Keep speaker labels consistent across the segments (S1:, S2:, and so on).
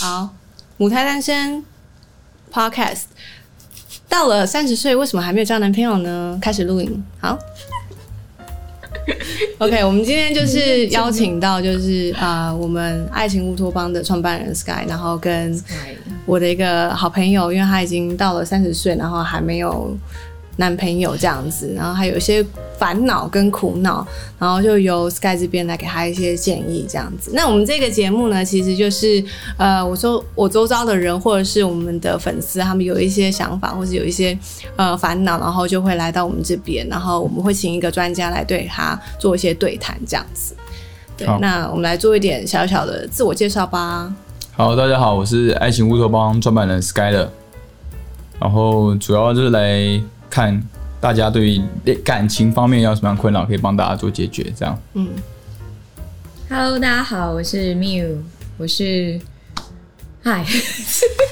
S1: 好，母胎单身 Podcast 到了三十岁，为什么还没有交男朋友呢？开始录影，好。OK，我们今天就是邀请到就是啊、呃我们爱情乌托邦的创办人 Sky，然后跟我的一个好朋友，因为她已经到了三十岁，然后还没有男朋友这样子，然后还有一些烦恼跟苦恼，然后就由 Sky 这边来给她一些建议这样子。那我们这个节目呢，其实就是呃，我说我周遭的人或者是我们的粉丝，他们有一些想法或是有一些呃烦恼，然后就会来到我们这边，然后我们会请一个专家来对他做一些对谈这样子。对
S2: 好，
S1: 那我们来做一点小小的自我介绍吧。
S2: 好，大家好，我是爱情乌托邦创办人 Skyler，然后主要就是来看大家对于感情方面要有什么样的困扰，可以帮大家做解决。这样，
S3: Hello，大家好，我是 Miu，我是 嗨，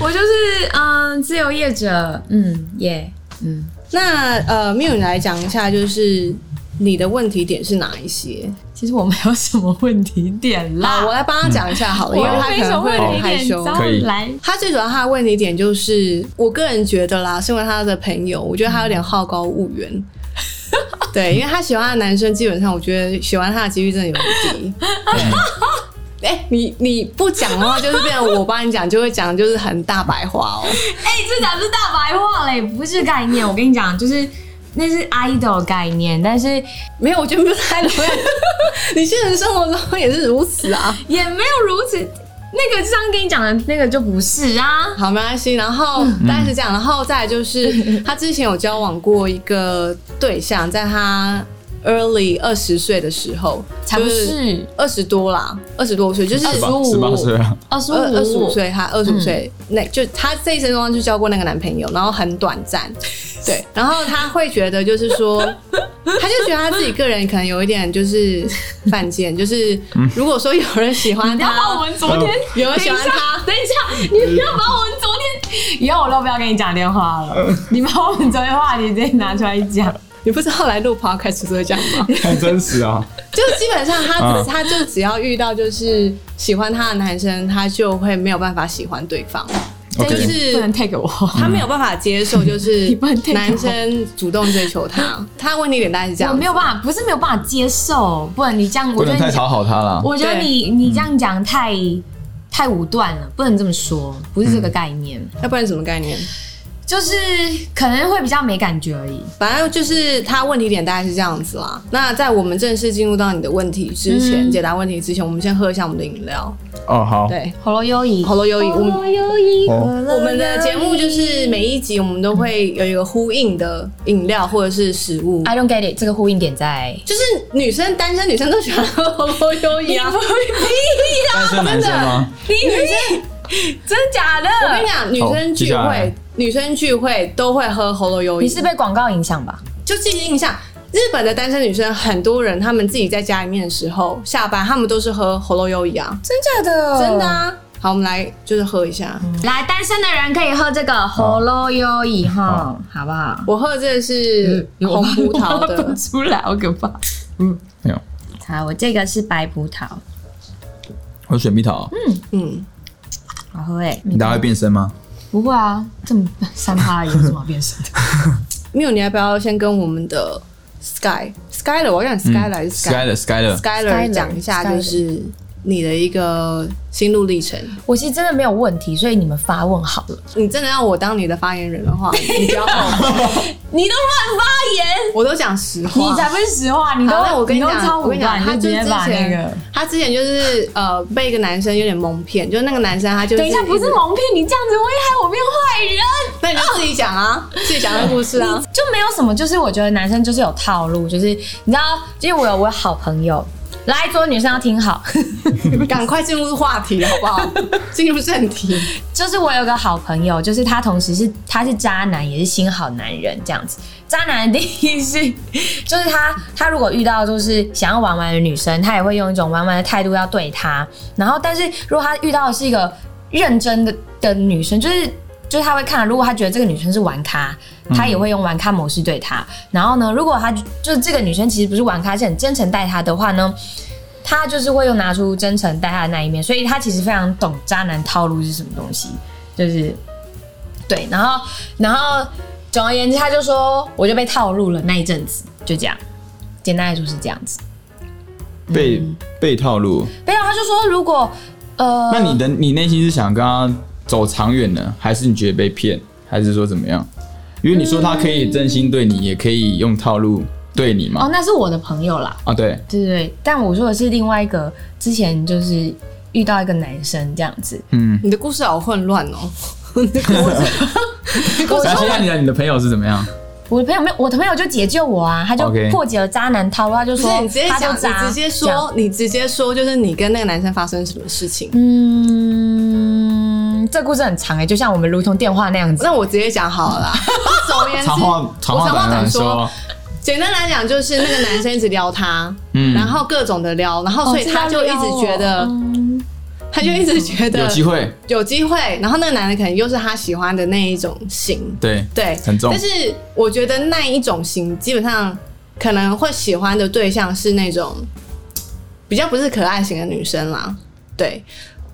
S3: 我就是嗯自由业者，嗯耶嗯，
S1: 那呃，缪你来讲一下，就是你的问题点是哪一些？
S3: 其实我没有什么问题点啦，
S1: 啊，我来帮他讲一下好了，因为他可能会很害羞。
S2: 可以
S3: 来哎
S1: 他最主要他的问题点就是，我个人觉得啦，身为他的朋友，我觉得他有点好高骛远。 对，因为他喜欢的男生，基本上我觉得喜欢他的几率真的有点低。 哎、你你不讲的话，就是变成我帮你讲，就会讲就是很大白话 哦。
S3: 哎、这讲是大白话嘞，不是概念。我跟你讲，就是那是 idol 概念，但是
S1: 没有，我觉得不太容 易。你现实生活中也是如此啊。
S3: 也没有如此。那个上跟你讲的那个就不是啊，
S1: 好，没关系。然后
S3: 嗯
S1: 大概是这样，然后再来就是他之前有交往过一个对象，在他 early 二十岁的时候，
S3: 才不是
S1: 二十多啦，二十多岁就是
S2: 十
S1: 十
S2: 八十八岁啊，
S3: 二十五
S1: 二二十五岁，她二十五岁，
S3: 嗯
S1: 那就她这一生中就交过那个男朋友，然后很短 暂，对，然后她会觉得就是说，她就觉得她自己个人可能有一点就是犯贱，就是如果说有人喜欢
S3: 嗯你不要把我
S1: 她，
S3: 们昨天，
S2: 呃
S1: 有人喜欢她，
S3: 等一下，你不要把我们昨天，以后我都不要跟你讲电话了。你把我们昨天话题直接拿出来讲，
S1: 你不知道来录 podcast 就会这样吗？
S2: 太真 实啊！
S1: 就是基本上他只、
S2: 啊
S1: 他就只要遇到就是喜欢他的男生，他就会没有办法喜欢对方，这
S2: OK
S1: 就
S3: 不
S1: 是。
S3: 能 take 我。
S1: 他没有办法接受，就是
S3: 你不能 听我
S1: 男生主动追求 他，他的问题点大概是这
S3: 我
S1: 样
S3: 没。有办法，不是没有办法接受，不然你这样，
S2: 不
S3: 我觉
S2: 能
S3: 得
S2: 太
S3: 你
S2: 讨好他啦。
S3: 我觉得
S1: 对
S3: 你你这样讲太太武断了，不能这么说，不是这个概念，
S2: 嗯
S1: 要不然什么概念？
S3: 就是可能会比较没感觉而已。
S1: 反正就是他问题点大概是这样子啦。那在我们正式进入到你的问题之前，
S3: 嗯
S1: 解答问题之前，我们先喝一下我们的饮料。
S2: 哦，好，
S1: 对，
S3: 喉咙优怡，
S1: 喉咙优怡，我们
S3: 优怡
S2: 哦
S1: 我们的节目就是每一集我们都会有一个呼应的饮料或者是食物。
S3: I don't get it，这个呼应点在
S1: 就是女生单身女生都喜欢喝 红豆优怡啊。
S2: 单身男生吗？
S3: 你你真假
S1: 我跟你
S3: 的？
S1: 讲，女生
S2: 接
S1: 聚
S2: 下
S1: 会
S2: 来，
S1: 女生聚会都会喝红豆优怡。
S3: 你是被广告影响吧？
S1: 就记忆印象，日本的单身女生很多人，她们自己在家里面的时候，下班她们都是喝红豆优怡啊，
S3: 真假的嗯
S1: 真的啊。好，我们来就是喝一下。
S3: 来，单身的人可以喝这个喉咙优怡哈，
S2: 嗯
S3: 好不好？
S1: 我喝的这个是
S3: 嗯
S1: 红葡萄
S3: 我喷
S1: 的，
S3: 出来，好可怕。
S2: 没有，
S3: 好，我这个是白葡萄，
S2: 我选蜜桃。
S1: 嗯，
S3: 好喝哎、
S2: 你大家会变身吗？
S3: 不会啊，这么三趴有什么好变 身的？
S1: 没有，你要不要先跟我们的 Sky Sky 了？我要讲 Sky 来 Sky
S2: Skyler Skyler，
S1: Skyler 讲一下，
S3: Skyler
S1: 就是你的一个心路历程。
S3: 我其实真的没有问题，所以你们发问好了。
S1: 你真的让我当你的发言人 的话，你不要后悔，
S3: 你都乱发言，
S1: 我都讲实话。
S3: 你才不是实话，你都
S1: 好那我跟你
S3: 都
S1: 讲，
S3: 超
S1: 我
S3: 武
S1: 跟你讲，
S3: 断，
S1: 他
S3: 你
S1: 就
S3: 直
S1: 是
S3: 接
S1: 之
S3: 把那
S1: 前
S3: 个。
S1: 他之前就是呃被一个男生有点蒙骗，就是那个男生啊他就是
S3: 等一下，不是
S1: 直
S3: 蒙骗，你这样子会害我变坏人。
S1: 那你就自己讲啊，自己讲那故事啊。
S3: 就没有什么，就是我觉得男生就是有套路，就是你知道，因为我有我有好朋友，来，所有女生要听好，
S1: 赶快进入话题好不好？ 进入正题。
S3: 就是我有个好朋友，就是他同时是他是渣男，也是新好男人这样子。渣男的定义是， 就是他他如果遇到就是想要玩玩的女生，他也会用一种玩玩的态度要对她。然后，但是如果他遇到的是一个认真的的女生，就是就是他会看，如果他觉得这个女生是玩咖，他也会用玩咖模式对她。然后呢，如果他就是这个女生其实不是玩咖，是很真诚待他的话呢，他就是会又拿出真诚待他的那一面，所以他其实非常懂渣男套路是什么东西，就是对，然后然后总而言之，他就说我就被套路了那一阵子，就这样，简单来说是这样子。
S2: 被
S1: 嗯
S2: 被套路。
S3: 没有，他就说如果呃，
S2: 那你的你内心是想跟他走长远呢，还是你觉得被骗，还是说怎么样？因为你说他可以真心对你，也可以用套路对你嘛
S3: 哦，。那是我的朋友啦，
S2: 啊，对，
S3: 对对对，但我说的是另外一个，之前就是遇到一个男生这样 子，
S2: 嗯。
S1: 你的故事好混乱哦。你的故事你的故事
S2: 那现在你的你的朋友是怎么样？
S3: 我的朋友没有，我的朋友就解救我啊，他就
S2: OK
S3: 破解了渣男套路，他就
S1: 不
S3: 说
S1: 是你直接
S3: 他就
S1: 讲，
S3: 渣，
S1: 你直接
S3: 这样，
S1: 说，你直接说，就是你跟那个男生发生什么事情。
S3: 嗯，这故事很长哎、就像我们如同电话那样子，
S1: 那我直接讲好了啦。总而言之，
S2: 长话长
S1: 我
S2: 话
S1: 长话
S2: 短
S1: 短
S2: 说，
S1: 简单来讲，就是那个男生一直撩她，
S2: 嗯
S1: 然后各种的撩，然
S3: 哦
S1: 后所以他就一直觉得，
S3: 嗯
S1: 他就一直觉得
S2: 有机会，
S1: 有机会，然后那个男的可能又是他喜欢的那一种型，
S2: 对，
S1: 对，
S2: 很重
S1: 但是我觉得那一种型基本上可能会喜欢的对象是那种比较不是可爱型的女生啦，对。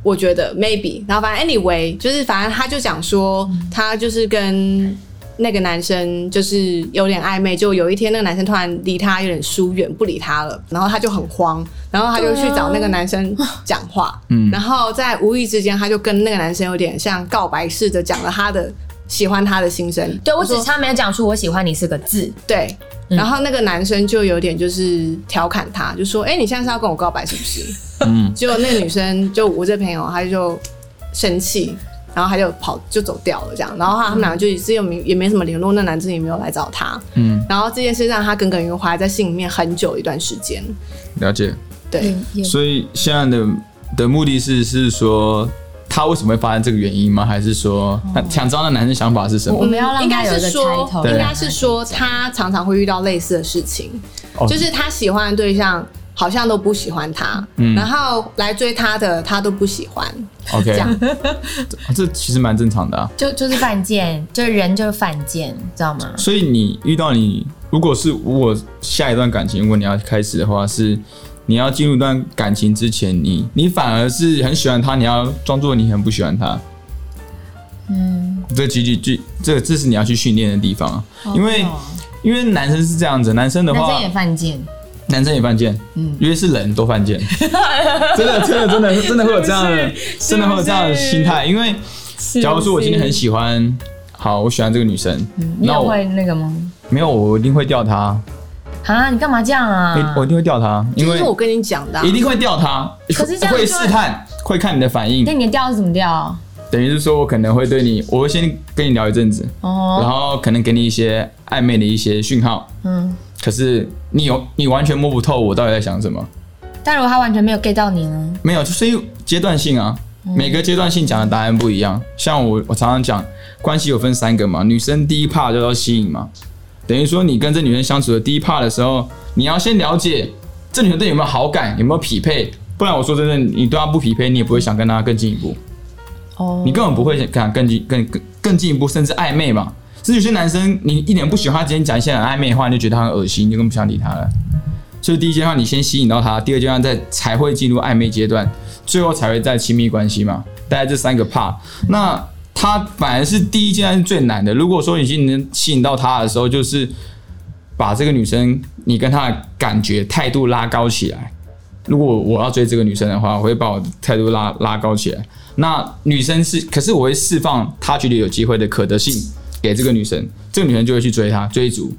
S1: 我觉得 maybe，然后反正 anyway，就是反正他就讲说，他就是跟那个男生就是有点暧昧，就有一天那个男生突然离他有点疏远，不理他了，然后他就很慌，然后他就去找那个男生讲话，
S2: 嗯
S1: 然后在无意之间他就跟那个男生有点像告白似的讲了他的喜欢他的心声，
S3: 对我只
S1: 说
S3: 差没有讲出我喜欢你四个字，
S1: 对。
S2: 嗯
S1: 然后那个男生就有点就是调侃他，就说：“哎、你现在是要跟我告白是不是？”
S2: 嗯，
S1: 结果那个女生就我这朋友，她就哎生气，然后她就跑就走掉了这样。然后他们两个就一直也没也没什么联络，那男生也没有来找她。
S2: 嗯，
S1: 然后这件事让她耿耿于怀，在心里面很久一段时间。
S2: 了解。
S1: 对，
S2: 所以现在的的目的是是说他为什么会发生这个原因吗？还是说那想知道那男生想法是什
S3: 我
S2: 么？
S3: 们要让
S1: 应
S3: 他
S1: 该
S3: 有一个
S1: 是说
S3: title，，
S1: 应
S2: 对
S1: 该是说她常常会遇到类似的事情，
S2: 哦
S1: 就是她喜欢的对象好像都不喜欢她，
S2: 嗯
S1: 然后来追她的她都不喜欢。
S2: OK，
S1: 这样
S2: 这这其实蛮正常的啊。
S3: 就就是犯贱，就是人就是犯贱，知道吗？
S2: 所以你遇到你，如果是我下一段感情，如果你要开始的话，是你要进入一段感情之前，你你反而是很喜欢他，你要装作你很不喜欢他。嗯，这几几句，这这是你要去训练的地方啊，因为
S3: 哦
S2: 因为男生是这样子，男生的
S3: 男
S2: 话，
S3: 生也犯贱，
S2: 男生也犯贱，
S3: 嗯
S2: 因为是人都 犯贱，真的真的真的真的会有这样的，真的会有这样的心态。因为假如说我今天很喜欢，好，我喜欢这个女生，
S3: 嗯你
S2: 那
S3: 有
S2: 我
S3: 会那个吗？
S2: 没有，我一定会钓她，
S3: 啊，你干嘛这样啊？
S2: 哎我一定会钓她，因
S1: 就是
S2: 为
S1: 我跟你讲的啊、
S2: 一定会钓她，
S3: 可是这样就会
S2: 会试探，会看你的反应
S3: 那，你的调是怎么调？
S2: 等于是说我可能会对你，我会先跟你聊一阵子，然
S3: 哦，
S2: 后可能给你一些暧昧的一些讯号，
S3: 嗯，
S2: 可是你有你完全摸不透我到底在想什么。
S3: 但如果他完全没有 get 到你呢？
S2: 没有，就是因为阶段性啊，每个阶段性讲的答案不一样。像我，我常常讲，关系有分三个嘛，女生第一 part 就叫吸引嘛，等于说你跟这女生相处的第一 part 的时候，你要先了解这女生对你有没有好感，有没有匹配，不然我说真的，你对她不匹配，你也不会想跟她更进一步，
S3: 哦，
S2: 你根本不会想更进更更更进一步，甚至暧昧嘛。是有些男生，你一点不喜欢他，直接讲一些很暧昧的话，你就觉得他很恶心，你就更不想理他了。所以第一阶段你先吸引到他，第二阶段再才会进入暧昧阶段，最后才会在亲密关系嘛。大概这三个 part，那他反而是第一阶段是最难的。如果说已经能吸引到他的时候，就是把这个女生你跟她的感觉态度拉高起来。如果我要追这个女生的话，我会把我的态度拉拉高起来。那女生是，可是我会释放她觉得有机会的可得性给这个女生，这个女生就会去追她追逐。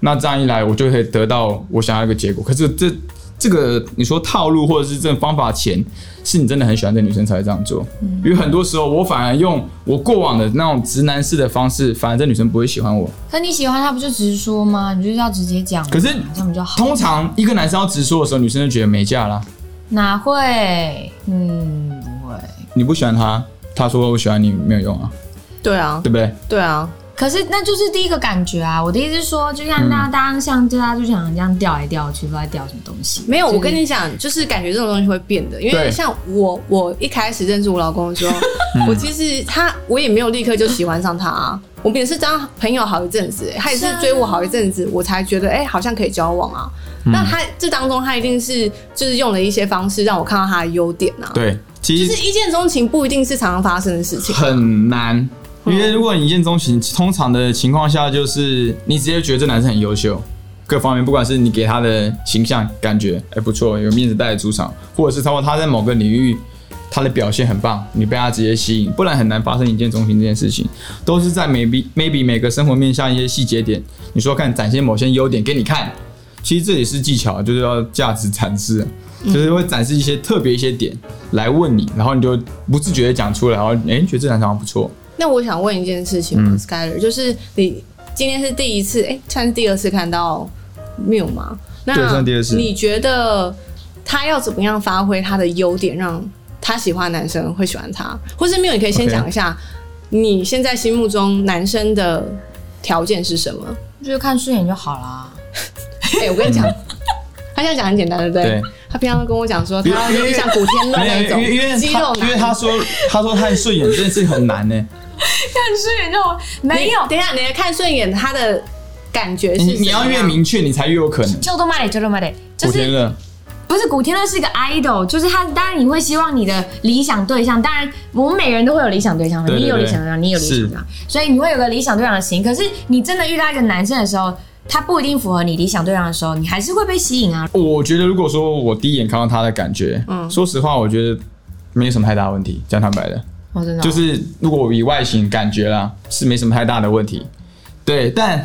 S2: 那这样一来，我就可以得到我想要一个结果。可是这这个你说套路或者是这种方法前，是你真的很喜欢这女生才会这样做。因为很多时候我反而用我过往的那种直男式的方式，反而这女生不会喜欢我。
S3: 可你喜欢他不就直说吗？你就是要直接讲嘛，
S2: 可是
S3: 这样比较好。
S2: 通常一个男生要直说的时候，女生就觉得没价啦。
S3: 哪会？嗯，不会。
S2: 你不喜欢他，他说我喜欢你没有用啊，
S1: 对啊，
S2: 对不对？
S1: 对啊，
S3: 可是那就是第一个感觉啊！我的意思是说，就像大家大家像大啊家就想这样掉来掉去，不知道在掉什么东西。
S1: 没有，
S3: 就是
S1: 我跟你讲，就是感觉这种东西会变的，因为
S2: 对嗯
S1: 像我，我一开始认识我老公的时 候，我其实他我也没有立刻就喜欢上他啊，我们也是当朋友好一阵子、欸他也是追我好一阵子，我才觉得哎、欸好像可以交往啊。
S2: 嗯
S1: 那他这当中他一定是就是用了一些方式让我看到他的优点啊。，
S2: 对，其
S1: 就
S2: 实
S1: 是一见钟情不一定是常常发生的事情。
S2: 很难，因为如果你一见钟情，通常的情况下就是你直接觉得这男生很优秀，各方面，不管是你给他的形象感觉，哎、不错，有面子带来主场，或者是通过他在某个领域他的表现很棒，你被他直接吸引，不然很难发生一见钟情这件事情，都是在 maybe maybe 每个生活面向一些细节点，你说看展现某些优点给你看，其实这也是技巧，就是要价值展示啊。就是会展示一些特别一些点来问你，然后你就不自觉的讲出来，然后哎、觉得这男生好像不错，
S1: 那我想问一件事情、s
S2: 嗯
S1: k y l e r 就是你今天是第一次，哎、算是第二次看到 Miu 吗？那
S2: 对算第二次
S1: 你觉得他要怎么样发挥他的优点，让他喜欢的男生会喜欢他？或是 Miu，你可以先
S2: OK
S1: 讲一下你现在心目中男生的条件是什么？
S3: 就是看顺眼就好啦。
S1: 哎、我 跟你讲，他现在讲很简单，对不对？
S2: 对
S1: 他平常都跟我讲说，他
S2: 因为
S1: 要就是像古天乐
S2: 没
S1: 那
S2: 有，
S1: 种
S2: 因为因为
S1: 肌
S2: 他
S1: 肉
S2: 因为
S1: 男。
S2: 他说他说看顺眼这件事情很难呢、
S3: 看顺眼就好，没
S1: 你
S3: 有。
S1: 等一下，你来看顺眼他的感觉是
S2: 你你要
S1: 怎么
S2: 越
S1: 样
S2: 明确，你才越有可能。
S3: 就都卖得，就都卖得，就
S2: 古天
S3: 是
S2: 乐，
S3: 不是古天乐是一个 idol，就是他。当然你会希望你的理想对象，当然我们每个人都会有理想对象的，
S2: 对对
S3: 你有
S2: 对
S3: 理想对象，你有理想对象，所以你会有个理想对象的型。可是你真的遇到一个男生的时候，他不一定符合你理想对象的时候，你还是会被吸引啊。
S2: 我觉得如果说我第一眼看到他的感觉，
S1: 嗯
S2: 说实话，我觉得没什么太大问题。讲坦白的，
S3: 我真的哦
S2: 就是如果以外形感觉啦，是没什么太大的问题。对，但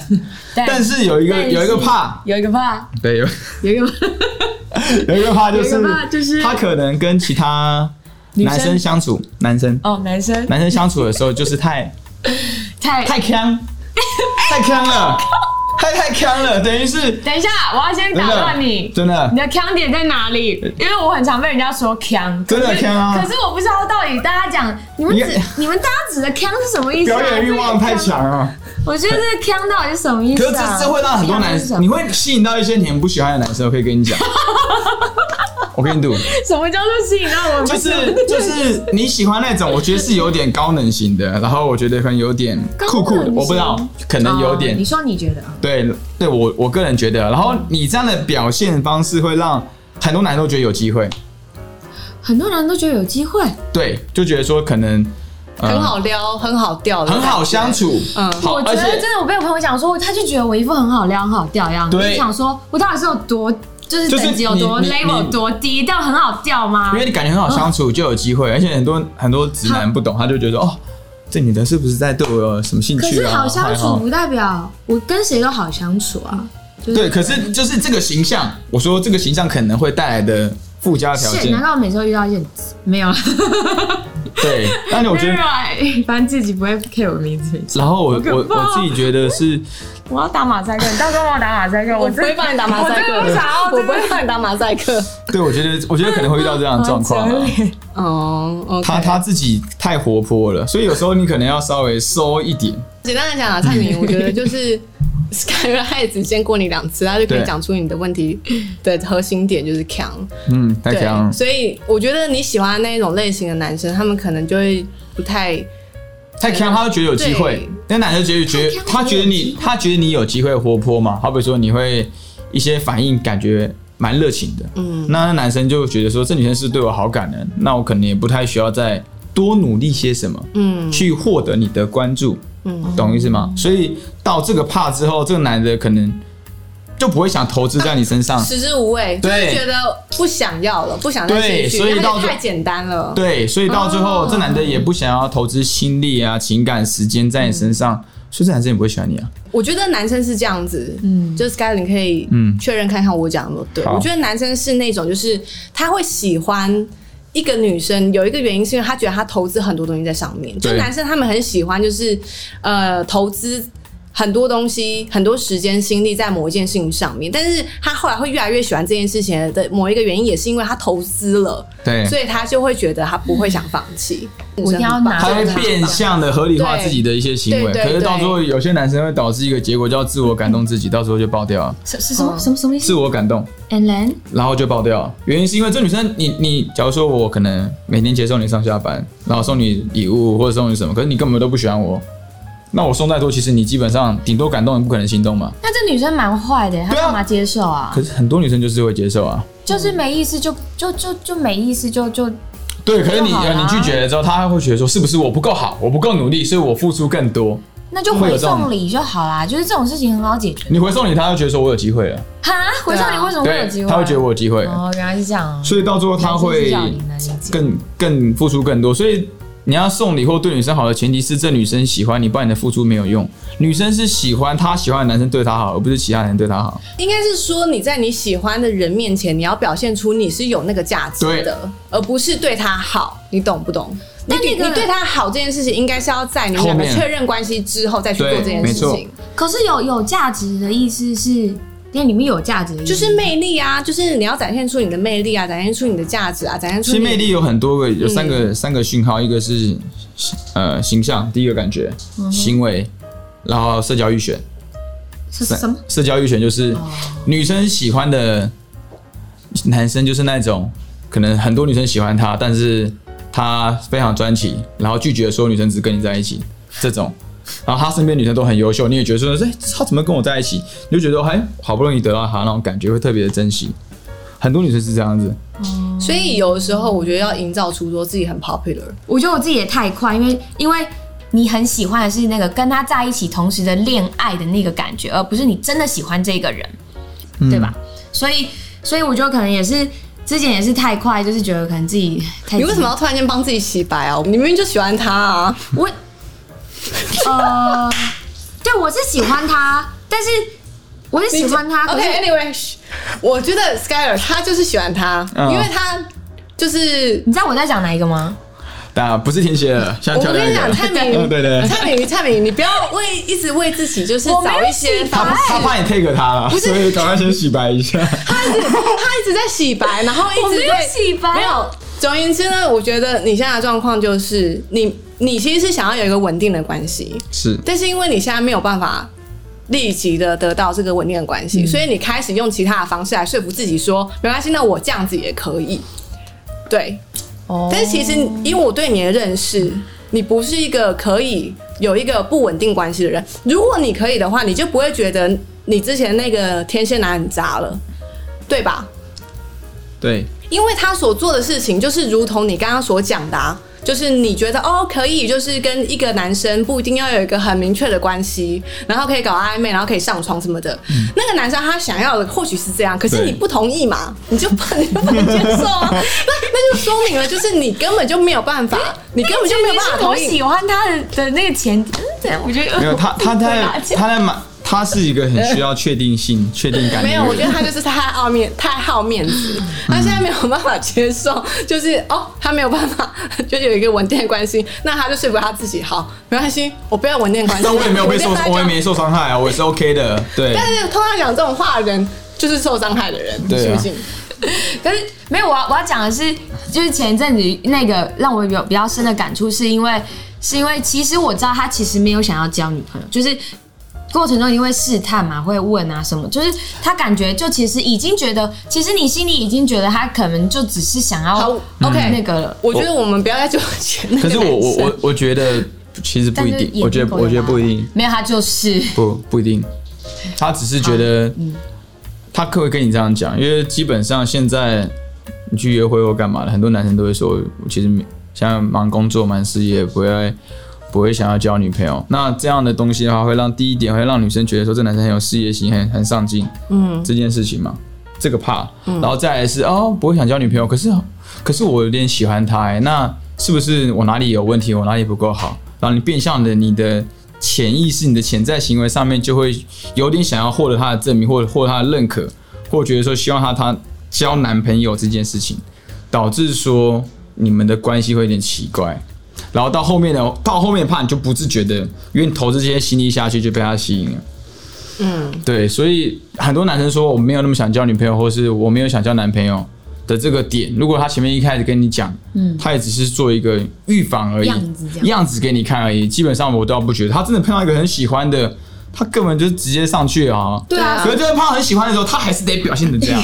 S2: 但是有一个
S3: 但是
S2: 有一个怕，
S3: 有一个怕，
S2: 对，有
S3: 有一 个怕
S2: 有一个怕就
S3: 有
S2: 是
S3: 一个怕就是
S2: 他可能跟其他
S3: 女生
S2: 男生相处，男生
S3: 哦，男生
S2: 男生相处的时候就是太
S3: 太
S2: 太呛，太呛了，太太呛了，等于是
S3: 等一下，我要先
S2: 真
S3: 打
S2: 的
S3: 断你。
S2: 真的
S3: 你的腔点在哪里？因为我很常被人家说腔，
S2: 真的
S3: 可是
S2: 腔啊
S3: 可是我不知道到底大家讲你们
S2: 你
S3: 指你们大家指的腔是什么意思、啊？
S2: 表演欲望太强啊了。
S3: 这个腔。我觉得这个腔到底是什么意
S2: 可
S3: 思、
S2: 是这
S3: 啊？
S2: 这会让很多男
S3: 腔是什
S2: 生，
S3: 么
S2: 你会吸引到一些你很不喜欢的男生。我可以跟 你讲，我跟你赌，
S3: 什么叫做吸引到我们？
S2: 就是就是你喜欢那种，我觉得是有点高冷型的，然后我觉得可能有点酷酷
S3: 高冷
S2: 的，
S3: 型
S2: 我不知道，可能有
S3: 哦
S2: 点
S3: 你说你觉得啊？
S2: 对对，我我个人觉得，然后你这样的表现方式会让很多男生都觉得有机会，
S3: 很多人都觉得有机会，
S2: 对，就觉得说可能、呃
S1: 很好撩，很好钓，
S2: 很好相。处，
S1: 嗯
S2: 好，
S3: 我觉
S2: 而
S3: 得
S2: 且
S3: 真的，我被我朋友讲说，他就觉得我一副很好撩、很好钓一样，
S2: 对
S3: 我就想说我到底是有多，就是
S2: 就是
S3: 等级有多
S2: 你你
S3: level
S2: 你
S3: 多低，但很好钓吗
S2: 因？为你感觉很好相处，就有机
S3: 嗯
S2: 会，而且很多很多直男不懂，他就觉得哦，这女的是不是在对我有什么兴
S3: 可
S2: 趣
S3: 是
S2: 啊？
S3: 好相
S2: 还
S3: 处不代表我跟谁都好相处啊。就是
S2: 对，可是就是这个形象，我说这个形象可能会带来的附加条
S3: 是，
S2: 件
S3: 难，道我每次都遇到一些没有？啊
S2: 对，但是我觉 得。
S3: 得，反正自己不会 care 我名字。
S2: 然后我
S3: 好可
S2: 我
S3: 怕
S2: 我自己觉得是，
S3: 我要打马赛克，你到时候帮我打马赛克，
S1: 我不
S3: 真
S1: 会帮你打马赛克，
S3: 我真的不想要，
S1: 我不会帮你打马赛克。
S2: 对我觉得我觉得可能会遇到这样的状 况、啊。
S1: 哦、o k
S2: 他他自己太活泼了，所以有时候你可能要稍微收一点。
S1: 简单来讲啊，蔡 明，我觉得就是 Sky，他也只见过你两次，他就可以
S2: 对
S1: 讲出你的问 题的核心点就是强。
S2: 嗯，太
S1: 对
S2: 强，了。
S1: 所以我觉得你喜欢那一种类型的男生，他们可能就会不太
S2: 太强，他就觉得有机会
S1: 对。
S2: 那男的觉得觉
S3: 太
S2: 得
S3: 强
S2: 他觉得你他觉得你有机会活泼嘛？好比说你会一些反应，感觉蛮热情的。
S1: 嗯
S2: 那那男生就觉得说这女生是对我好感的，那我可能也不太需要再多努力些什么。
S1: 嗯
S2: 去获得你的关注，
S1: 嗯
S2: 懂意思吗？所以到这个怕之后，这个男的可能就不会想投资在你身上，
S1: 食之无味，就
S2: 啊对
S1: 是觉得不想要了，不想再
S2: 对
S1: 继续，
S2: 所以
S1: 因为
S2: 到
S1: 太
S2: 最
S1: 简单了。
S2: 对，所以到最后，
S3: 哦
S2: 这男的也不想要投资心力啊、情感、时间在你身
S1: 嗯
S2: 上，所以这男生也不会喜欢你啊。
S1: 我觉得男生是这样子，嗯，就是 Sky，你可以
S2: 嗯
S1: 确认看看我讲的有没有对。
S2: 好
S1: 我觉得男生是那种，就是他会喜欢一个女生，有一个原因是因为他觉得他投资很多东西在上面。就
S2: 对
S1: 男生他们很喜欢，就是呃投资。很多东西，很多时间、心力在某一件事情上面，但是他后来会越来越喜欢这件事情的某一个原因，也是因为他投资了，
S2: 对，
S1: 所以他就会觉得他不会想放弃。
S3: 我一定要拿
S2: 他会
S1: 女生很棒
S2: 变相的合理化自己的一些行为，
S1: 对对
S2: 可
S1: 对
S2: 是到最后，有些男生会导致一个结果叫自我感动自己，到时候就爆掉了。
S3: 是是什么什么什么意
S2: 自
S3: 思
S2: 我感动，
S3: ？And then
S2: 然后就爆掉了。原因是因为这女生，你你，假如说我可能每天接送你上下班，然后送你礼物或者送你什么，可是你根本都不喜欢我，那我送再多，其实你基本上顶多感动，你不可能心动嘛。
S3: 那这女生蛮坏的，她
S2: 对啊
S3: 干嘛接受啊？
S2: 可是很多女生就是会接受啊。
S3: 就是没意思就就就就没意思就就
S2: 对，可是你
S3: 就好
S2: 呃
S3: 啦
S2: 你拒绝了之后，她会觉得说是不是我不够好，我不够努力，所以我付出更多。
S3: 那就
S2: 会
S3: 回
S2: 有这种
S3: 送礼就好啦，就是这种事情很好解决。
S2: 你回送礼，她会觉得说我有机会了，
S3: 哈，回送礼为什么会哦有
S2: 对
S3: 机，会？啊
S2: 她会觉得我有机会了，
S3: 哦，原来是这样啊。
S2: 所以到最后她会
S3: 男生是比较能理解
S2: 更更付出更多。所以你要送礼或对女生好的前提是这女生喜欢你，不然你的付出没有用。女生是喜欢她喜欢的男生对她好，而不是其他男生对她好。
S1: 应该是说你在你喜欢的人面前，你要表现出你是有那个价值的，而不是对他好，你懂不懂？你
S3: 但
S1: 对
S3: 那个
S1: 你对他好这件事情，应该是要在你们两个
S2: 后面
S1: 确认关系之后再去做这件事
S2: 对没
S1: 情，
S3: 可是有有价值的意思是，那里面有价值的意思
S1: 就是魅力啊，就是你要展现出你的魅力啊，展现出你的价值啊，展现出
S2: 其
S1: 你
S2: 实魅力有很多个，有三个、三个讯号，一个是呃形象，第一个感觉，
S3: 嗯
S2: 行为，然后社交预选。
S3: 是什么？
S2: 社交预选就是
S1: 哦
S2: 女生喜欢的男生，就是那种可能很多女生喜欢他，但是他非常专情，然后拒绝所有女生只跟你在一起这种。然后他身边女生都很优秀，你也觉得说，哎、他怎么跟我在一起？你就觉得，哎，好不容易得到他那种感觉，会特别的珍惜。很多女生是这样子，
S1: 所以有的时候我觉得要营造出说自己很 popular，
S3: 我觉得我自己也太快，因为因为你很喜欢的是那个跟他在一起同时的恋爱的那个感觉，而不是你真的喜欢这个人，
S2: 嗯
S3: 对吧？所以所以我觉得可能也是之前也是太快，就是觉得可能自己太
S1: 你为什么要突然间帮自己洗白啊？你明明就喜欢他啊！
S3: 我呃，对我是喜欢他，但是我是喜欢 他，可是
S1: OK，Anyway，、我觉得 Skyler 他就是喜欢他，
S2: 嗯
S1: 因为他就是
S3: 你知道我在讲哪一个吗？
S2: 当然不是天 蝎了，现在
S1: 我
S2: 跳
S1: 跟你
S2: 另一
S1: 讲，
S2: 个。
S1: 蔡
S2: 嗯
S1: 明，
S2: 对对对
S1: 蔡明，蔡明，你不要为一直为自己就是
S3: 我没有
S1: 找一些
S3: 洗白
S1: 方
S2: 他
S1: 式，
S2: 他怕你 take 他了，所以赶快先洗白一下。
S1: 他一直他一直在洗白，然后
S3: 我
S1: 一
S3: 没
S1: 直
S3: 有
S1: 在
S3: 洗白
S1: 没有。总而言之呢，我觉得你现在的状况就是你你其实是想要有一个稳定的关系，
S2: 是，
S1: 但 是因为你现在没有办法立即的得到这个稳定的关系，所以你开始用其他的方式来说服自己说，没关系，那我这样子也可以。对，
S3: 哦
S1: 但是其实因为我对你的认识，你不是一个可以有一个不稳定关系的人。如果你可以的话，你就不会觉得你之前那个天蝎男很渣了，对吧？
S2: 对，
S1: 因为他所做的事情，就是如同你刚刚所讲的、啊，就是你觉得哦可以，就是跟一个男生不一定要有一个很明确的关系，然后可以搞暧昧，然后可以上床什么的。那个男生他想要的或许是这样，可是
S2: 对
S1: 你不同意嘛，你就不你就不能接受啊。 那那就说明了，就是你根本就没有办法，你根本就没有办法
S3: 是我
S1: 同意。
S3: 喜欢他的的那个前提，嗯这样我觉得
S2: 没 有他，他在
S3: 打架
S2: 他在买，他是一个很需要确定 性、确定感的
S1: 没
S2: 人。
S1: 有，我觉得他就是太好面，太好面
S2: 嗯
S1: 子，他现在没有办法接受，就是哦，他没有办法， 就有一个稳定的关系，那他就说服他自己，好，没关系，我不要稳定的关系，
S2: 但我也没有被 受
S1: 我就，
S2: 我也没受伤害啊，我也是 OK 的。对，
S1: 但是通常讲这种话的人，就是受伤害的人，
S2: 对
S1: 信
S2: 啊
S1: 不信？
S3: 可是没有，我啊要我要讲的是，就是前一阵子那个让我有比较深的感触，是因为是因为其实我知道他其实没有想要交女朋友，就是过程中因为试探嘛，会问啊什么，就是他感觉就其实已经觉得，其实你心里已经觉得他可能就只是想要
S1: 好，OK
S2: 嗯
S3: 那个了。
S1: 我觉得我们不要再纠结那个
S2: 可
S1: 男
S2: 是
S1: 生。
S2: 我我我我觉得其实不
S3: 但
S2: 一
S3: 是
S2: 定，
S3: 也
S2: 我觉得
S3: 不够
S2: 我觉得
S3: 大
S2: 不一定，
S3: 没有他就是
S2: 不不一定，他只是觉得他可会跟你这样讲，因为基本上现在你去约会或干嘛的，很多男生都会说，我其实没现在忙工作忙事业，不会不会想要交女朋友。那这样的东西的话，会让第一点会让女生觉得说这男生很有事业心，很很上进，嗯，这件事情嘛，这个怕，然后再来是哦，不会想交女朋友，可是可是我有点喜欢他、欸，那是不是我哪里有问题，我哪里不够好？然后你变相的你的潜意识、你的潜在行为上面，就会有点想要获得他的证明，或者获得他的认可，或觉得说希望他他交男朋友这件事情，导致说你们的关系会有点奇怪。然后到后面的到后面怕你就不自觉的，因为你投资这些心力下去就被他吸引了。
S1: 嗯，
S2: 对，所以很多男生说我没有那么想交女朋友，或是我没有想交男朋友的这个点，如果他前面一开始跟你讲，嗯，他也只是做一个预防而已，
S3: 样子这样
S2: 样子给你看而已。基本上我倒不觉得，他真的碰到一个很喜欢的，他根本就直接上去啊。
S1: 对啊
S2: 可是真的碰到很喜欢的时候，他还是得表现成这样。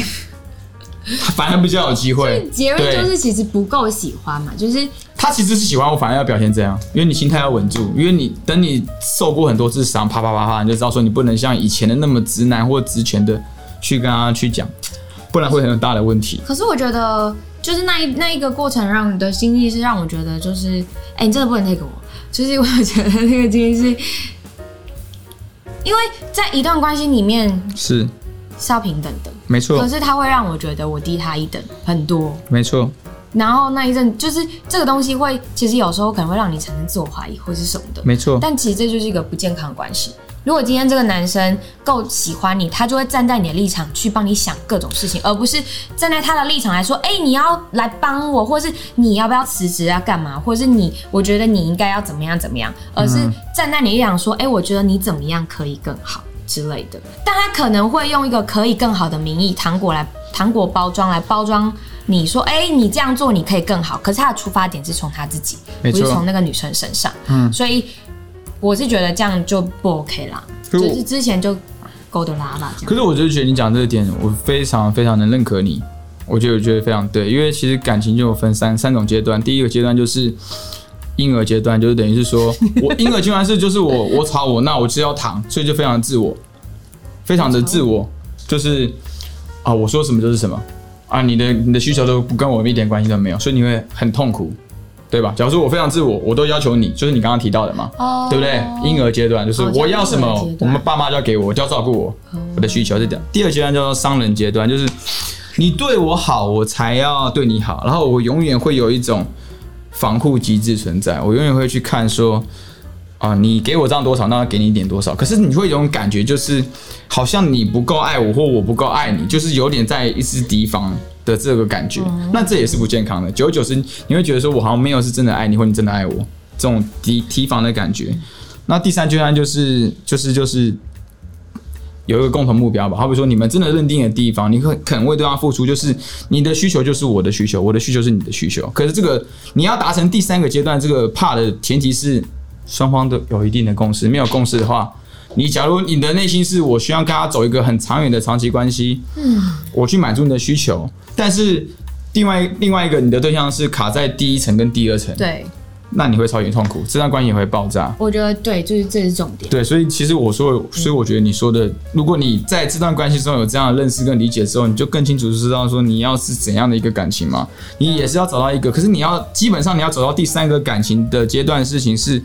S2: 反而比较有机会。
S3: 结论
S2: 对
S3: 就是其实不够喜欢嘛，就是
S2: 他其实是喜欢我，反而要表现这样，因为你心态要稳住，因为你等你受过很多次伤，啪啪啪啪，你就知道说你不能像以前的那么直男或直拳的去跟他去讲，不然会很大的问题。
S3: 可是我觉得，就是那一那一个过程，让你的经历是让我觉得，就是，哎、你真的不能 take 我，就是我觉得那个经历是，因为在一段关系里面
S2: 是，
S3: 是要平等的，
S2: 没
S3: 可
S2: 错，
S3: 是他会让我觉得我低他一等很多，
S2: 没错，
S3: 然后那一阵就是这个东西会，其实有时候可能会让你产生自我怀疑或是什么的，
S2: 没错，
S3: 但其实这就是一个不健康的关系。如果今天这个男生够喜欢你，他就会站在你的立场去帮你想各种事情，而不是站在他的立场来说，哎、你要来帮我，或是你要不要辞职啊，干嘛，或是你，我觉得你应该要怎么样怎么样，而
S2: 嗯
S3: 是站在你的立场说，哎、我觉得你怎么样可以更好之类的。但他可能会用一个可以更好的名义糖果来糖果包装来包装你说，哎、你这样做你可以更好，可是他的出发点是从他自己，
S2: 没
S3: 不
S2: 错
S3: 是从那个女生身上，
S2: 嗯
S3: 所以。我是觉得这样就不 OK 啦，
S2: 可
S3: 就是
S2: 我
S3: 是之前就勾的拉吧，这样
S2: 可是我就觉得你讲这个点，我非常非常能认可你。我觉得我觉得非常对，因为其实感情就有分三三种阶段。第一个阶段就是婴儿阶段，就是等于是说我婴儿阶段是就是我我吵我闹，我就是要躺，所以就非常自我，非常的自我，就是啊我说什么就是什么啊，你的你的需求都不跟我一点关系都没有，所以你会很痛苦，对吧？假如说我非常自我，我都要求你，就是你刚刚提到的嘛，
S3: 哦
S2: 对不对？婴儿阶段就是
S3: 哦
S2: 我要什么
S3: 婴儿阶，
S2: 我
S3: 段哦
S2: 们爸妈就要给我，就要照顾我，我的需求是这样。第二阶段叫做商人阶段，就是你对我好，我才要对你好，然后我永远会有一种防护机制存在，我永远会去看说。啊，你给我这样多少，那给你一点多少。可是你会有一种感觉，就是好像你不够爱我，或我不够爱你，就是有点在一直敌防的这个感觉。
S3: 哦
S2: 那这也是不健康的。久而久之，你会觉得说我好像没有是真的爱你，或你真的爱我，这种提提防的感觉。那第三阶段就是就是就是有一个共同目标吧，好比说你们真的认定的地方，你肯肯为对方付出，就是你的需求就是我的需求，我的需求是你的需求。可是这个你要达成第三个阶段这个怕的前提是双方都有一定的共识，没有共识的话。你假如你的内心是我需要跟他走一个很长远的长期关系，嗯，我去满足你的需求，但是另外另外一个你的对象是卡在第一层跟第二层，
S3: 对，
S2: 那你会超级痛苦，这段关系也会爆炸。
S3: 我觉得对，就是这是重点。
S2: 对，所以其实我说，所以我觉得你说的，如果你在这段关系中有这样的认识跟理解之后，你就更清楚知道说你要是怎样的一个感情嘛，你也是要找到一个，可是你要基本上你要走到第三个感情的阶段，事情是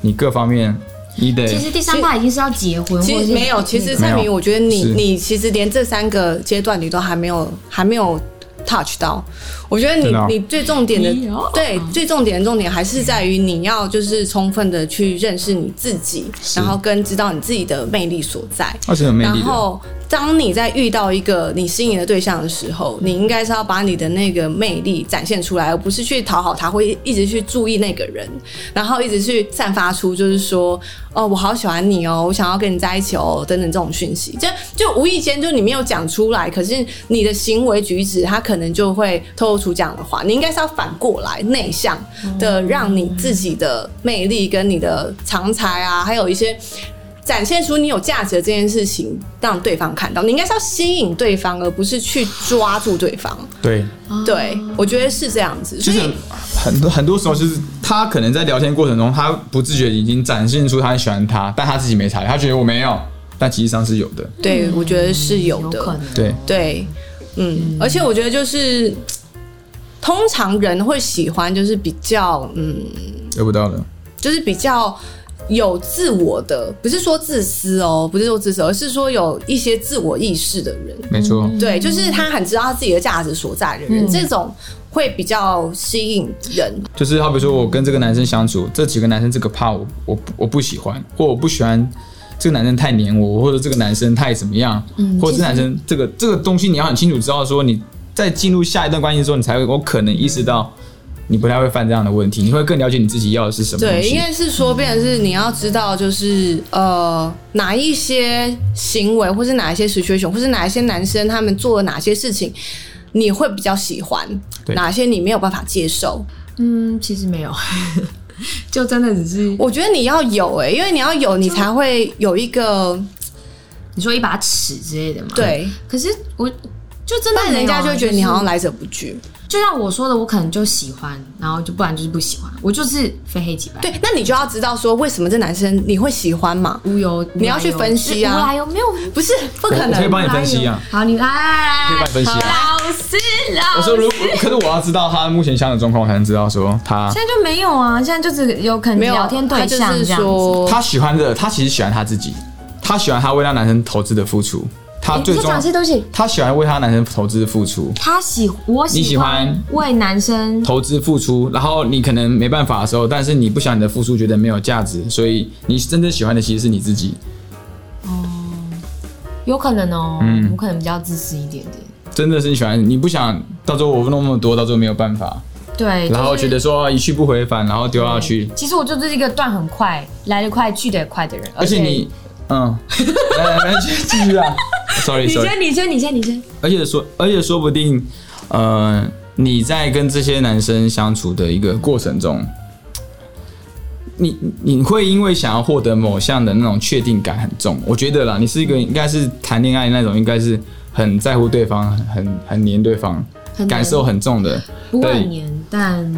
S2: 你各方面你得
S3: 其实第三趴已经是要结婚，
S1: 其
S3: 或者
S1: 实
S3: 是
S1: 没有，其实蔡
S2: 没
S1: 明，
S2: 有
S1: 我觉得你
S2: 嗯是
S1: 你其实连这三个阶段你都还没有还没有 touch 到。我觉得
S2: 真
S1: 你、
S2: 的哦
S1: 你最重点的
S3: 没有
S1: 对最重点的重点还是在于你要就是充分的去认识你自己，
S2: 是
S1: 然后跟知道你自己的魅力所在。
S2: 二是很有魅
S1: 然
S2: 力的，
S1: 后，当你在遇到一个你心仪的对象的时候，你应该是要把你的那个魅力展现出来，而不是去讨好他，会一直去注意那个人，然后一直去散发出就是说，哦，我好喜欢你哦，我想要跟你在一起哦，等等这种讯息，就就无意间就你没有讲出来，可是你的行为举止，他可能就会透露出这样的话。你应该是要反过来内向的，让你自己的魅力跟你的长才啊，还有一些展现出你有价值的这件事情，让对方看到。你应该是要吸引对方，而不是去抓住对方。
S2: 对，
S1: 对，
S3: 啊
S1: 我觉得是这样子。
S2: 其
S1: 哦所
S2: 实
S1: 以
S2: 很多很多时候就是他可能在聊天过程中，他不自觉已经展现出他很喜欢他，但他自己没察觉，他觉得我没有，但其实上是有的，
S1: 对，我觉得是有
S3: 嗯有
S1: 的。
S3: 可能。
S2: 对，
S1: 对，嗯，而且我觉得就是，通常人会喜欢就是比较，嗯，
S2: 得不到的，
S1: 就是比较。有自我的，不是说自私哦，不是说自私，而是说有一些自我意识的人，
S2: 没错，
S1: 对，就是他很知道他自己的价值所在的人，这种会比较吸引人。
S2: 就是好比说，我跟这个男生相处，这几个男生这个怕我我不我不喜欢，或我不喜欢这个男生太黏我，或者这个男生太怎么样，
S3: 嗯
S2: 或者这男生这个这个东西，你要很清楚知道说，你在进入下一段关系的时候，你才会有可能意识到你不太会犯这样的问题，你会更了解你自己要的是什么东
S1: 对，应
S2: 西。
S1: 该是说，变成是你要知道，就是呃，哪一些行为，或是哪一些 situation，或是哪一些男生他们做了哪些事情，你会比较喜欢，
S2: 对
S1: 哪些你没有办法接受。
S3: 嗯，其实没有， 就真的只是
S1: 我觉得你要有哎、因为你要有，你才会有一个
S3: 你说一把尺之类的嘛。。
S1: 对。
S3: 可是我就真的
S1: 但
S3: 没
S1: 人
S3: 有啊
S1: 家就会觉得你
S3: 是
S1: 好像来者不拒。
S3: 就像我说的，我可能就喜欢，然后就不然就是不喜欢，我就是非黑即白，
S1: 对，那你就要知道说为什么这男生你会喜欢嘛？
S3: 无由
S1: 你要去分析啊
S3: 无来由没有，
S1: 不是，不
S2: 我
S1: 可
S2: 我可以
S1: 能。
S2: 帮你分析啊，
S3: 好，你来来
S2: 可以
S3: 来
S2: 帮
S3: 来
S2: 你分析啊。
S3: 老师老
S2: 我
S3: 师，
S2: 说如果，可是我要知道他目前相处的状况，我才能知道说他
S3: 现在就没有啊，现在就只有可能
S1: 没有
S3: 聊天对
S1: 他
S3: 象
S1: 就
S3: 这
S1: 是
S3: 样子。
S1: 说，
S2: 他喜欢的，他其实喜欢他自己，他喜欢他为他男生投资的付出，他啊最
S3: 你
S2: 重
S3: 讲
S2: 要
S3: 这，些东西，
S2: 他喜欢为他男生投资的付出，
S3: 他喜我
S2: 你喜
S3: 喜
S2: 欢
S3: 欢为男生
S2: 投资付出，然后你可能没办法的时候，但是你不想你的付出觉得没有价值，所以你真正喜欢的其实是你自己，
S3: 有可能哦、
S2: 嗯
S3: 我可能比较自私一点点。
S2: 真的是你喜欢，你不想到最后我弄那么多，到最后没有办法，
S3: 对，
S2: 然后
S3: 就是嗯
S2: 觉得说啊一去不回返，然后丢下去，
S3: 其实我就是一个断很快、来得快、去得也快的人，
S2: 而且你，嗯， 来来来，继继续 啊，sorry
S3: 你
S2: sorry，
S3: 先，你先，你先，你先，
S2: 而且说，而且说不定，呃，你在跟这些男生相处的一个过程中，你你会因为想要获得某项的那种确定感很重，我觉得啦，你是一个应该是谈恋爱那种，应该是很在乎对方，很很很黏对方，
S3: 很黏
S2: 感受很重的，
S3: 不会
S2: 对
S3: 很黏，但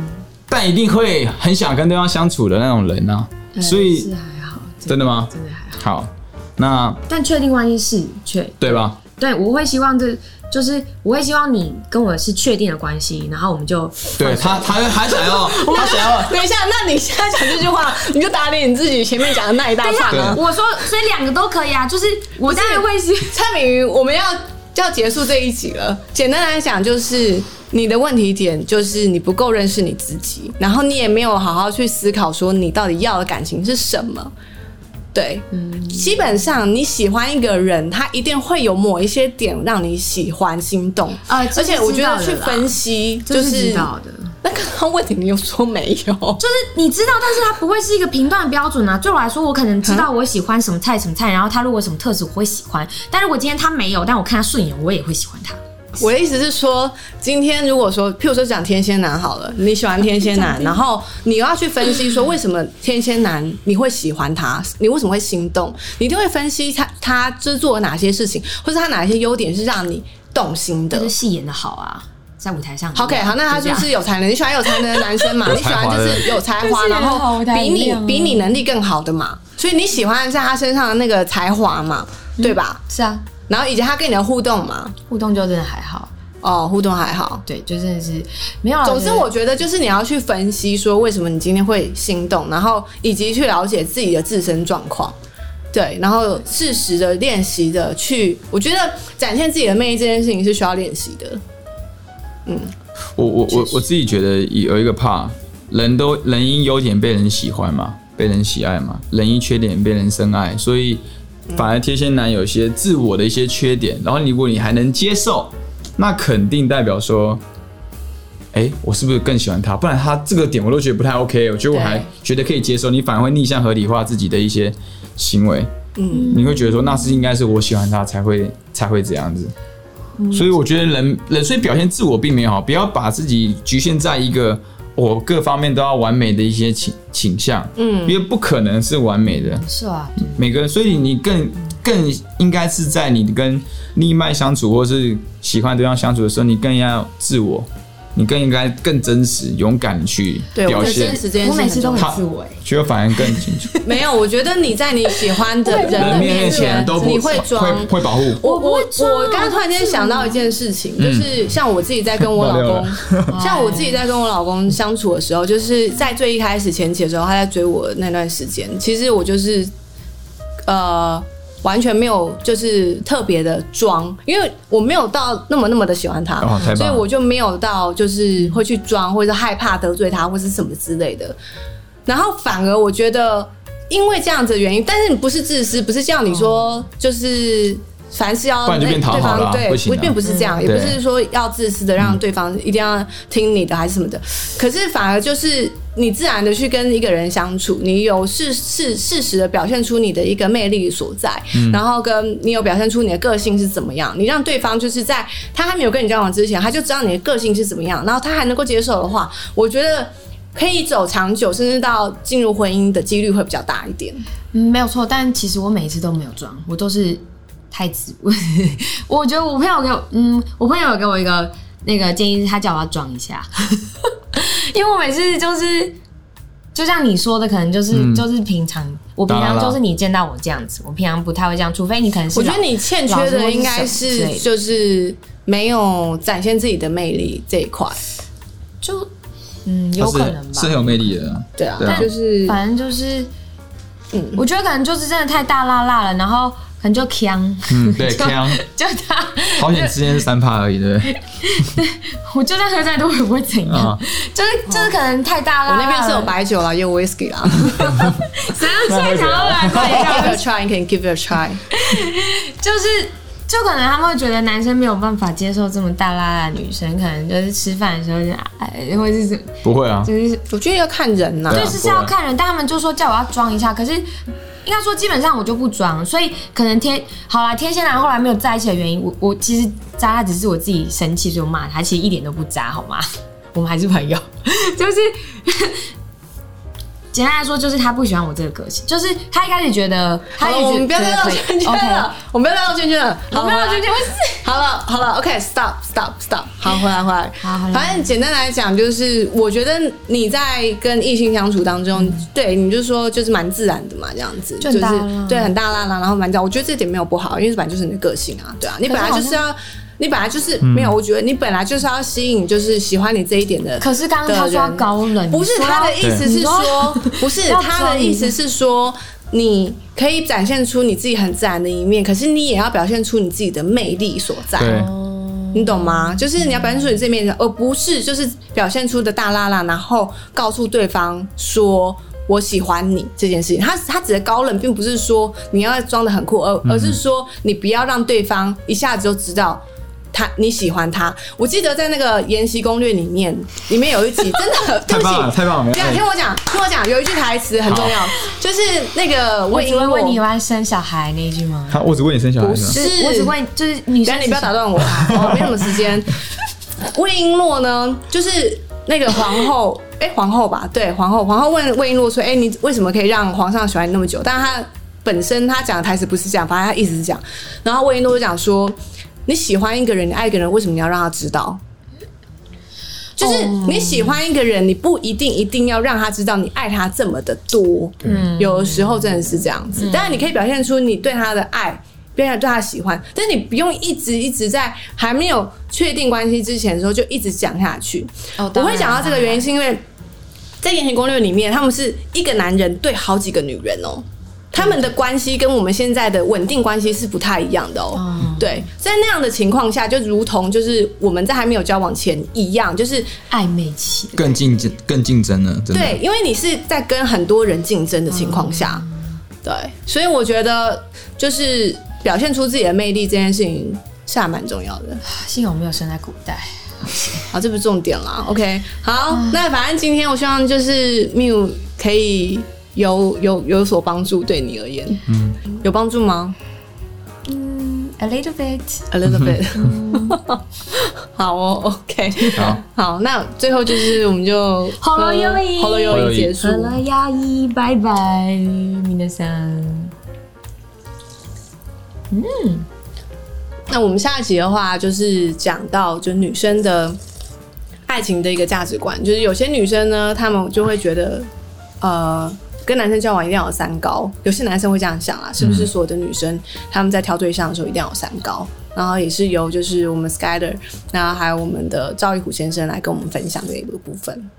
S2: 但一定会很想跟对方相处的那种人啊。
S3: 呃
S2: 所以
S3: 是啊还好，
S2: 真的吗？
S3: 真的还好。
S2: 好，那
S3: 但确定关系是确
S2: 对吧？
S3: 对，我会希望这就是我会希望你跟我是确定的关系，然后我们就
S2: 对他，他他想要，他想要。
S1: 等一下，那你现在讲这句话，你就打脸你自己前面讲的那一大
S3: 等一
S1: 串
S3: 下
S1: 啊。
S3: 哎我说，所以两个都可以啊，就是我当然会是
S1: 蔡敏瑜，我们要要结束这一集了。简单来讲，就是你的问题点就是你不够认识你自己，然后你也没有好好去思考说你到底要的感情是什么。对，
S3: 嗯
S1: 基本上你喜欢一个人，他一定会有某一些点让你喜欢、心动。
S3: 呃，
S1: 而且我觉得去
S3: 是
S1: 分析，
S3: 这
S1: 就是
S3: 知
S1: 是
S3: 道的。
S1: 那刚刚问题你又说没有，
S3: 就是你知道，但是它不会是一个评断标准啊。对我来说，我可能知道我喜欢什么菜什么菜，然后他如果有什么特质我会喜欢。但如果今天他没有，但我看他顺眼，我也会喜欢他。
S1: 我的意思是说，今天如果说，譬如说讲天蝎男好了，你喜欢天蝎男，然后你又要去分析说为什么天蝎男你会喜欢他，你为什么会心动，你一定会分析他他就是做了哪些事情，或是他哪些优点是让你动心
S3: 这
S1: 的
S3: 就。戏演的好啊，在舞台上。
S1: OK，好，那他
S3: 这
S1: 就
S3: 样
S1: 是有才能，你喜欢有才能的男生嘛？
S2: 有
S1: 你喜
S2: 才
S1: 欢就
S2: 华的
S1: 是有才
S3: 但
S1: 华，
S3: 是
S1: 然
S3: 也好
S1: 后
S3: 我才
S1: 比
S3: 一
S1: 你
S3: 样啊
S1: 比你能力更好的嘛，所以你喜欢的是他身上的那个才华嘛，对吧？
S3: 是啊，
S1: 然后以及他跟你的互动嘛，
S3: 互动就真的还好。
S1: 哦，互动还好。
S3: 对，就真的是没有啊。
S1: 总之，我觉得就是你要去分析说为什么你今天会心动，然后以及去了解自己的自身状况，对，然后适时的练习的去，我觉得展现自己的魅力这件事情是需要练习的。
S2: 我我我我自己觉得有一个怕，人都人因优点被人喜欢嘛，被人喜爱嘛，人因缺点被人深爱，所以反而天蝎男有一些自我的一些缺点，然后如果你还能接受，那肯定代表说。哎，我是不是更喜欢他？不然他这个点我都觉得不太 OK，我觉得我还
S1: 对
S2: 觉得可以接受。你反而会逆向合理化自己的一些行为，
S1: 嗯，
S2: 你会觉得说那是应该是我喜欢他才会才会这样子。所以我觉得人人所以表现自我并没有好，不要把自己局限在一个我各方面都要完美的一些倾倾向，
S1: 嗯
S2: 因为不可能是完美的。
S3: 是啊，
S2: 每个人，所以你更更应该是在你跟另一半相处或是喜欢对象相处的时候，你更要自我，你更应该更真实、勇敢地去
S1: 对，
S2: 表
S1: 我觉得真
S2: 现，
S1: 实这件
S3: 我
S1: 事
S3: 每
S1: 很
S3: 次
S1: 重
S3: 都
S1: 要
S2: 好
S3: 很自我、欸。
S2: 就反而更清楚。
S1: 没有，我觉得你在你喜欢的 人的
S2: 人
S1: 面
S2: 面前都不
S1: 你会装
S2: 会。会保护，
S1: 我
S3: 我不会装
S1: 我刚刚突然间想到一件事情，就是像我自己在跟我老
S2: 嗯爆料
S1: 公， 像我自己在跟我老公相处的时候，就是在最一开始前期的时候，他在追我的那段时间，其实我就是呃完全没有就是特别的装，因为我没有到那么那么的喜欢他，
S2: 哦太棒了
S1: 所以我就没有到就是会去装，或者是害怕得罪他，或是什么之类的。然后反而我觉得，因为这样子的原因，但是你不是自私，不是叫你说就是凡事要
S2: 不然就变讨好
S1: 对方
S2: 啦
S1: 对，
S2: 不行啊
S1: 并不是这样，也不
S2: 对
S1: 是说要自私的让对方一定要听你的还是什么的。可是反而就是你自然的去跟一个人相处，你有事事事实的表现出你的一个魅力所在，然后跟你有表现出你的个性是怎么样，你让对方就是在他还没有跟你交往之前，他就知道你的个性是怎么样，然后他还能够接受的话，我觉得。可以走长久，甚至到进入婚姻的几率会比较大一点。
S3: 嗯，没有错，但其实我每一次都没有装，我都是太自我。 我觉得我朋友给我，嗯，我朋友有给我一个那个建议，是他叫我要装一下， 因为我每次就是就像你说的，可能就是、
S2: 嗯
S3: 就是平常我平
S2: 当然
S3: 常
S2: 啦
S3: 就是你见到我这样子，我平常不太会这样，除非你可能是
S1: 我觉得
S3: 老
S1: 你欠缺的应该是就是没有展现自己的魅力这一块，
S3: 就嗯
S2: 他
S3: 有可能
S2: 是
S3: 吧
S2: 是很，有魅力的啊，
S1: 对啊
S2: 对啊，
S1: 就是
S3: 反正就是
S1: 嗯，
S3: 我觉得可能就是真的太大辣辣了，然后可能就呛，
S2: 嗯，对，康，
S3: 就他
S2: 好险之前是三趴而已，对 不对？
S3: 我就算喝再多也不会怎样，
S2: 啊，
S3: 就是就是可能太大
S1: 我
S3: 啦。
S1: 那边是有，白酒啦，也有 whisky 啦
S3: 谁要吹想要来买
S1: ，give
S3: 的？
S1: it a try，你可以 give it a try。
S3: 就是就可能他们会觉得男生没有办法接受这么大拉拉的女生，可能就是吃饭的时候就哎，或者是
S2: 不会啊，
S3: 就是
S1: 我觉得要看人呐、
S2: 对啊
S3: 就是是要看人，但他们就说叫我要装一下，可是应该说基本上我就不装，所以可能天好啦，天蝎男后来没有在一起的原因，我我其实渣他只是我自己生气所以我骂他，其实一点都不渣，好吗？ 我们还是朋友， 就是 简单来说，就是他不喜欢我这个个性，就是他一开始觉得，他
S1: 好
S3: 也
S1: 了，我们
S3: 觉得
S1: 不要再绕圈圈
S3: o k
S1: 了，我们不要再绕圈圈了，好
S3: 我没有觉得我是
S1: 好了好了，OK，stop、stop stop，好，回来回来。
S3: 好回来
S1: 反正简单来讲，就是我觉得你在跟异性相处当中，对你就说就是蛮自然的嘛，这样子，
S3: 嗯就
S1: 就
S3: 很
S1: 是
S3: 大啦
S1: 对很大啦啦，然后蛮讲，我觉得这点没有不好，因为本来就是你的个性啊，对啊，你本来就是要。你本来就是没有，我觉得你本来就是要吸引，就是喜欢你这一点的。
S3: 可是刚刚他说要高冷，
S1: 不是
S3: 你说
S1: 他
S3: 要
S1: 的意思是 说， 不是
S3: 要
S1: 他的意思是说，你可以展现出你自己很自然的一面，可是你也要表现出你自己的魅力所在。
S2: 对，
S1: 你懂吗？就是你要表现出你这面的，而不是就是表现出的大拉拉，然后告诉对方说我喜欢你这件事情。他他指的高冷，并不是说你要装的很酷，而
S2: 嗯
S1: 而是说你不要让对方一下子就知道。他你喜欢他，我记得在那个《延禧攻略》里面，里面有一集真的， 对
S2: 太
S1: 不起
S2: 棒，了，太棒了，哎
S1: 这样听我讲，听我讲，有一句台词很重要，就是那个
S3: 我
S1: 魏
S3: 只
S1: 璎
S3: 会问你有
S1: 珞，
S3: 要生小孩那一句吗？
S2: 他我只问你生小孩
S1: 不
S2: 是吗？
S1: 是，
S3: 我只问就是女
S1: 等
S3: 生
S1: 下，你不要打断我，我没什么时间。魏璎珞呢，就是那个皇后，哎、皇后吧，对，皇后，皇后问魏璎珞说，哎、你为什么可以让皇上喜欢你那么久？但是她本身她讲的台词不是这样，反正她意思是这样。然后魏璎珞就讲说，你喜欢一个人，你爱一个人，为什么你要让他知道？就是
S3: 哦
S1: 你喜欢一个人，你不一定一定要让他知道你爱他这么的多。嗯，有的时候真的是这样
S3: 嗯
S1: 子。当然，你可以表现出你对他的爱，表现对他的喜欢，但你不用一直一直在还没有确定关系之前的时候就一直讲下去。
S3: 哦
S1: 我
S3: 当然
S1: 会讲到这个原因，是因为在《言情攻略》里面，他们是一个男人对好几个女人哦、他们的关系跟我们现在的稳定关系是不太一样的哦、对，在那样的情况下，就如同就是我们在还没有交往前一样，就是
S3: 暧昧期，
S2: 更竞争，更竞争了，真的。
S1: 对，因为你是在跟很多人竞争的情况下，对，所以我觉得就是表现出自己的魅力这件事情是还蛮重要的。
S3: 啊幸好我没有生在古代。
S1: 好，这不是重点啦。OK，好，那反正今天我希望就是 Miu 可以有有有所帮助，对你而言，嗯，有帮助吗
S3: A little bit，
S1: ？A little bit 好哦，OK，
S2: 好，
S1: 好，那最后就是我们就
S3: 好了优一
S1: 好了
S2: 好
S1: 优
S2: 了
S1: 一
S2: 优一
S1: 结束
S3: 好。了，压抑，拜拜，皆さん。
S1: 那我们下一集的话，就是讲到就女生的爱情的一个价值观，就是有些女生呢，她们就会觉得，呃，跟男生交往一定要有三高，有些男生会这样想啊，是不是所有的女生她们在挑对象的时候一定要有三高？然后也是由就是我们 Skyler，那还有我们的赵一虎先生来跟我们分享这个部分。